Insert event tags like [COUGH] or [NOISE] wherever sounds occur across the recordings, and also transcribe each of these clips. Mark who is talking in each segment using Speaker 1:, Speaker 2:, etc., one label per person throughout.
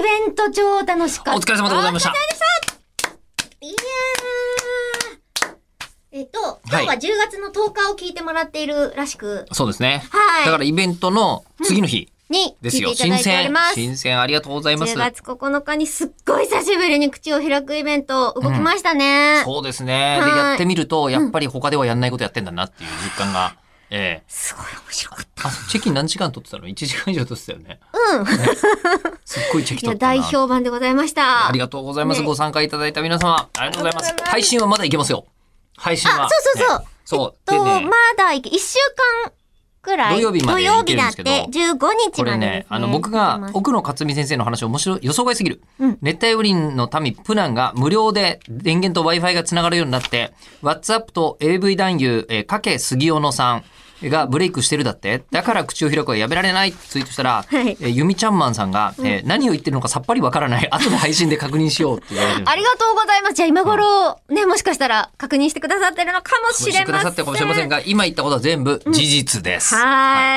Speaker 1: ベント超楽しか
Speaker 2: お
Speaker 1: っ
Speaker 2: 疲
Speaker 1: た。
Speaker 2: れ様でございました。
Speaker 1: いやー。えっと、今日は10月の10日を聞いてもらっているらしく、
Speaker 2: そうですね。
Speaker 1: はい
Speaker 2: だからイベントの次の日
Speaker 1: に聞
Speaker 2: で
Speaker 1: い
Speaker 2: す
Speaker 1: て
Speaker 2: よ。
Speaker 1: いただ
Speaker 2: 新
Speaker 1: いており
Speaker 2: 鮮
Speaker 1: ま。す。
Speaker 2: 新鮮ありがとうございます
Speaker 1: 10。月9日にすっごい久しぶりに口を開くイベント動きましたね。
Speaker 2: そうですね。で、
Speaker 1: はい
Speaker 2: やってみると、やっぱり他ではやんないことやってんだなっていう実感が。ええ
Speaker 1: すごい面白かっ [LAUGHS]
Speaker 2: あ、チェキ何時間撮ってたの ?1 時間以上撮ってたよね。 [LAUGHS]
Speaker 1: た。うん。
Speaker 2: すっごいチェ
Speaker 1: い
Speaker 2: キ撮
Speaker 1: や、
Speaker 2: ったな。
Speaker 1: 大評判でございました。
Speaker 2: ありがとうございます。
Speaker 1: ね
Speaker 2: ご参加いただいた皆様、ありがとうございま
Speaker 1: あり
Speaker 2: す
Speaker 1: がとうござい。ます
Speaker 2: 配信はまだいけますよ。配信は。
Speaker 1: あそうそうそう
Speaker 2: ねそう。
Speaker 1: えっと、
Speaker 2: でね
Speaker 1: まだ一週間くらい。
Speaker 2: 土曜日まで
Speaker 1: 土曜
Speaker 2: 行け
Speaker 1: 日
Speaker 2: る
Speaker 1: だ
Speaker 2: んで
Speaker 1: っ
Speaker 2: す
Speaker 1: て
Speaker 2: けど
Speaker 1: 15日までです、ね。
Speaker 2: これね、あの、僕が、奥野克美先生の話を面白い、予想外すぎる。
Speaker 1: うん
Speaker 2: 熱帯雨林の民、プナンが無料で電源と Wi-Fi がつながるようになって、WhatsApp と AV 男優、えー、かけ杉尾野さんがブレイクしてるだって、だから口を開くはやめられないってツイートしたら、
Speaker 1: はい
Speaker 2: えーゆみちゃんまんさんが、えー何を言ってるのかさっぱりわからない。後で配信で確認しようって言われてる。
Speaker 1: ありがとうございます。じゃあ今頃、ね、もしかしたら確認してくださってるのかもし
Speaker 2: し
Speaker 1: れま
Speaker 2: て
Speaker 1: せん。
Speaker 2: くださってるかもしれませんが、今言ったことは全部事実です。
Speaker 1: は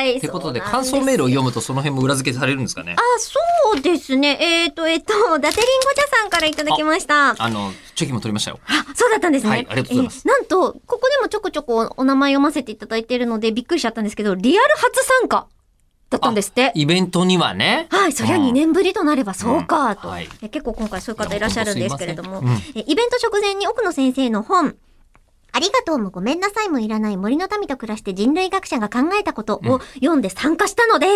Speaker 1: ーい。
Speaker 2: ってことで、
Speaker 1: そうなん
Speaker 2: 感
Speaker 1: す
Speaker 2: 想メールを読むとその辺も裏付けされるんですかね
Speaker 1: あ。、そうですね。えっ、と、えっ、と、ダテリンゴ茶さんからいただきました。あ、
Speaker 2: あの、チェキも取りましたよ。
Speaker 1: そうだったんですね。
Speaker 2: はいありがとうございます
Speaker 1: えーなんと、ここでもちょこちょこお名前読ませていただいているので、びっくりしちゃったんですけど、リアル初参加だったんですって。
Speaker 2: イベントにはね。
Speaker 1: はい、そりゃ
Speaker 2: うん
Speaker 1: 2年ぶりとなればそうかと、
Speaker 2: うんはい
Speaker 1: え結構今回そういう方いらっしゃるんですけれども、
Speaker 2: いや本当す
Speaker 1: えイベント直前に奥野先生の本、ありがとうもごめんなさいもいらない森の民と暮らして人類学者が考えたことを読んで参加したので、
Speaker 2: うん。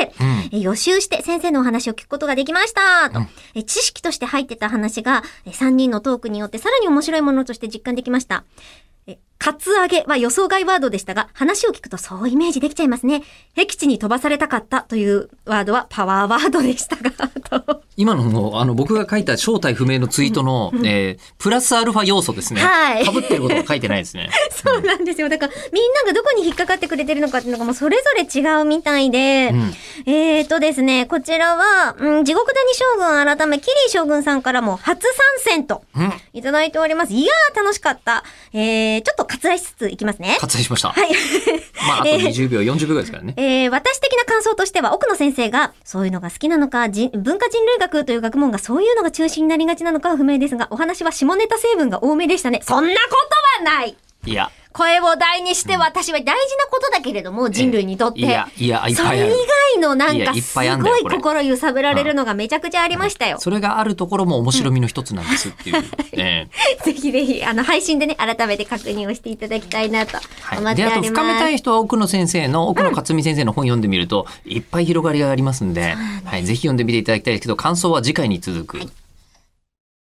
Speaker 1: え予習して先生のお話を聞くことができましたと、
Speaker 2: うん
Speaker 1: え知識として入ってた話が3人のトークによってさらに面白いものとして実感できました。えカツアゲは予想外ワードでしたが、話を聞くとそうイメージできちゃいますね。僻地に飛ばされたかったというワードはパワーワードでしたが、と
Speaker 2: 今のも、あの、僕が書いた正体不明のツイートの、えープラスアルファ要素ですね。
Speaker 1: はい
Speaker 2: 被ってることが書いてないで
Speaker 1: [LAUGHS]
Speaker 2: すね。
Speaker 1: そうなんですよ。だから、みんながどこに引っかかってくれてるのかっていうのがもうそれぞれ違うみたいで、
Speaker 2: うん
Speaker 1: えーとですね、こちらは、うん、地獄谷将軍改め、キリー将軍さんからも初参戦と
Speaker 2: うん。
Speaker 1: いただいております。いやー、楽しかった。えー、ちょっと割愛しつついきますね。
Speaker 2: 割愛しました。
Speaker 1: はい。 [LAUGHS]
Speaker 2: まあ、あと20秒、40秒ぐらいですからね。
Speaker 1: えー私的な感想としては、奥野先生が、そういうのが好きなのか、人文化人類学という学問がそういうのが中心になりがちなのかは不明ですが、お話は下ネタ成分が多めでしたね。そんなことはない
Speaker 2: いや、
Speaker 1: 声を大にして私は大事なことだけれども、人類にとって。
Speaker 2: いや、いや、いっ
Speaker 1: そ
Speaker 2: ぱい
Speaker 1: れ
Speaker 2: あ
Speaker 1: 以
Speaker 2: る。
Speaker 1: 外のなん
Speaker 2: いや
Speaker 1: か
Speaker 2: いっ
Speaker 1: す
Speaker 2: ぱいあんだよ
Speaker 1: ごい
Speaker 2: これ
Speaker 1: 心揺さぶられるのがめちゃくちゃありましたよ。
Speaker 2: それがあるところも面白みの一つなんですっていう。 [LAUGHS] え
Speaker 1: [LAUGHS] ぜひぜひ、あの、配信でね、改めて確認をしていただきたいなと
Speaker 2: え
Speaker 1: 思
Speaker 2: は
Speaker 1: っ
Speaker 2: い。で、
Speaker 1: てお
Speaker 2: あと
Speaker 1: り
Speaker 2: 深め
Speaker 1: ます。
Speaker 2: たい人は奥野先生の、奥野克美先生の本読んでみると、いっぱい広がりがありますんで、はい、ぜひ読んでみていただきたいですけど、感想は次回に続く。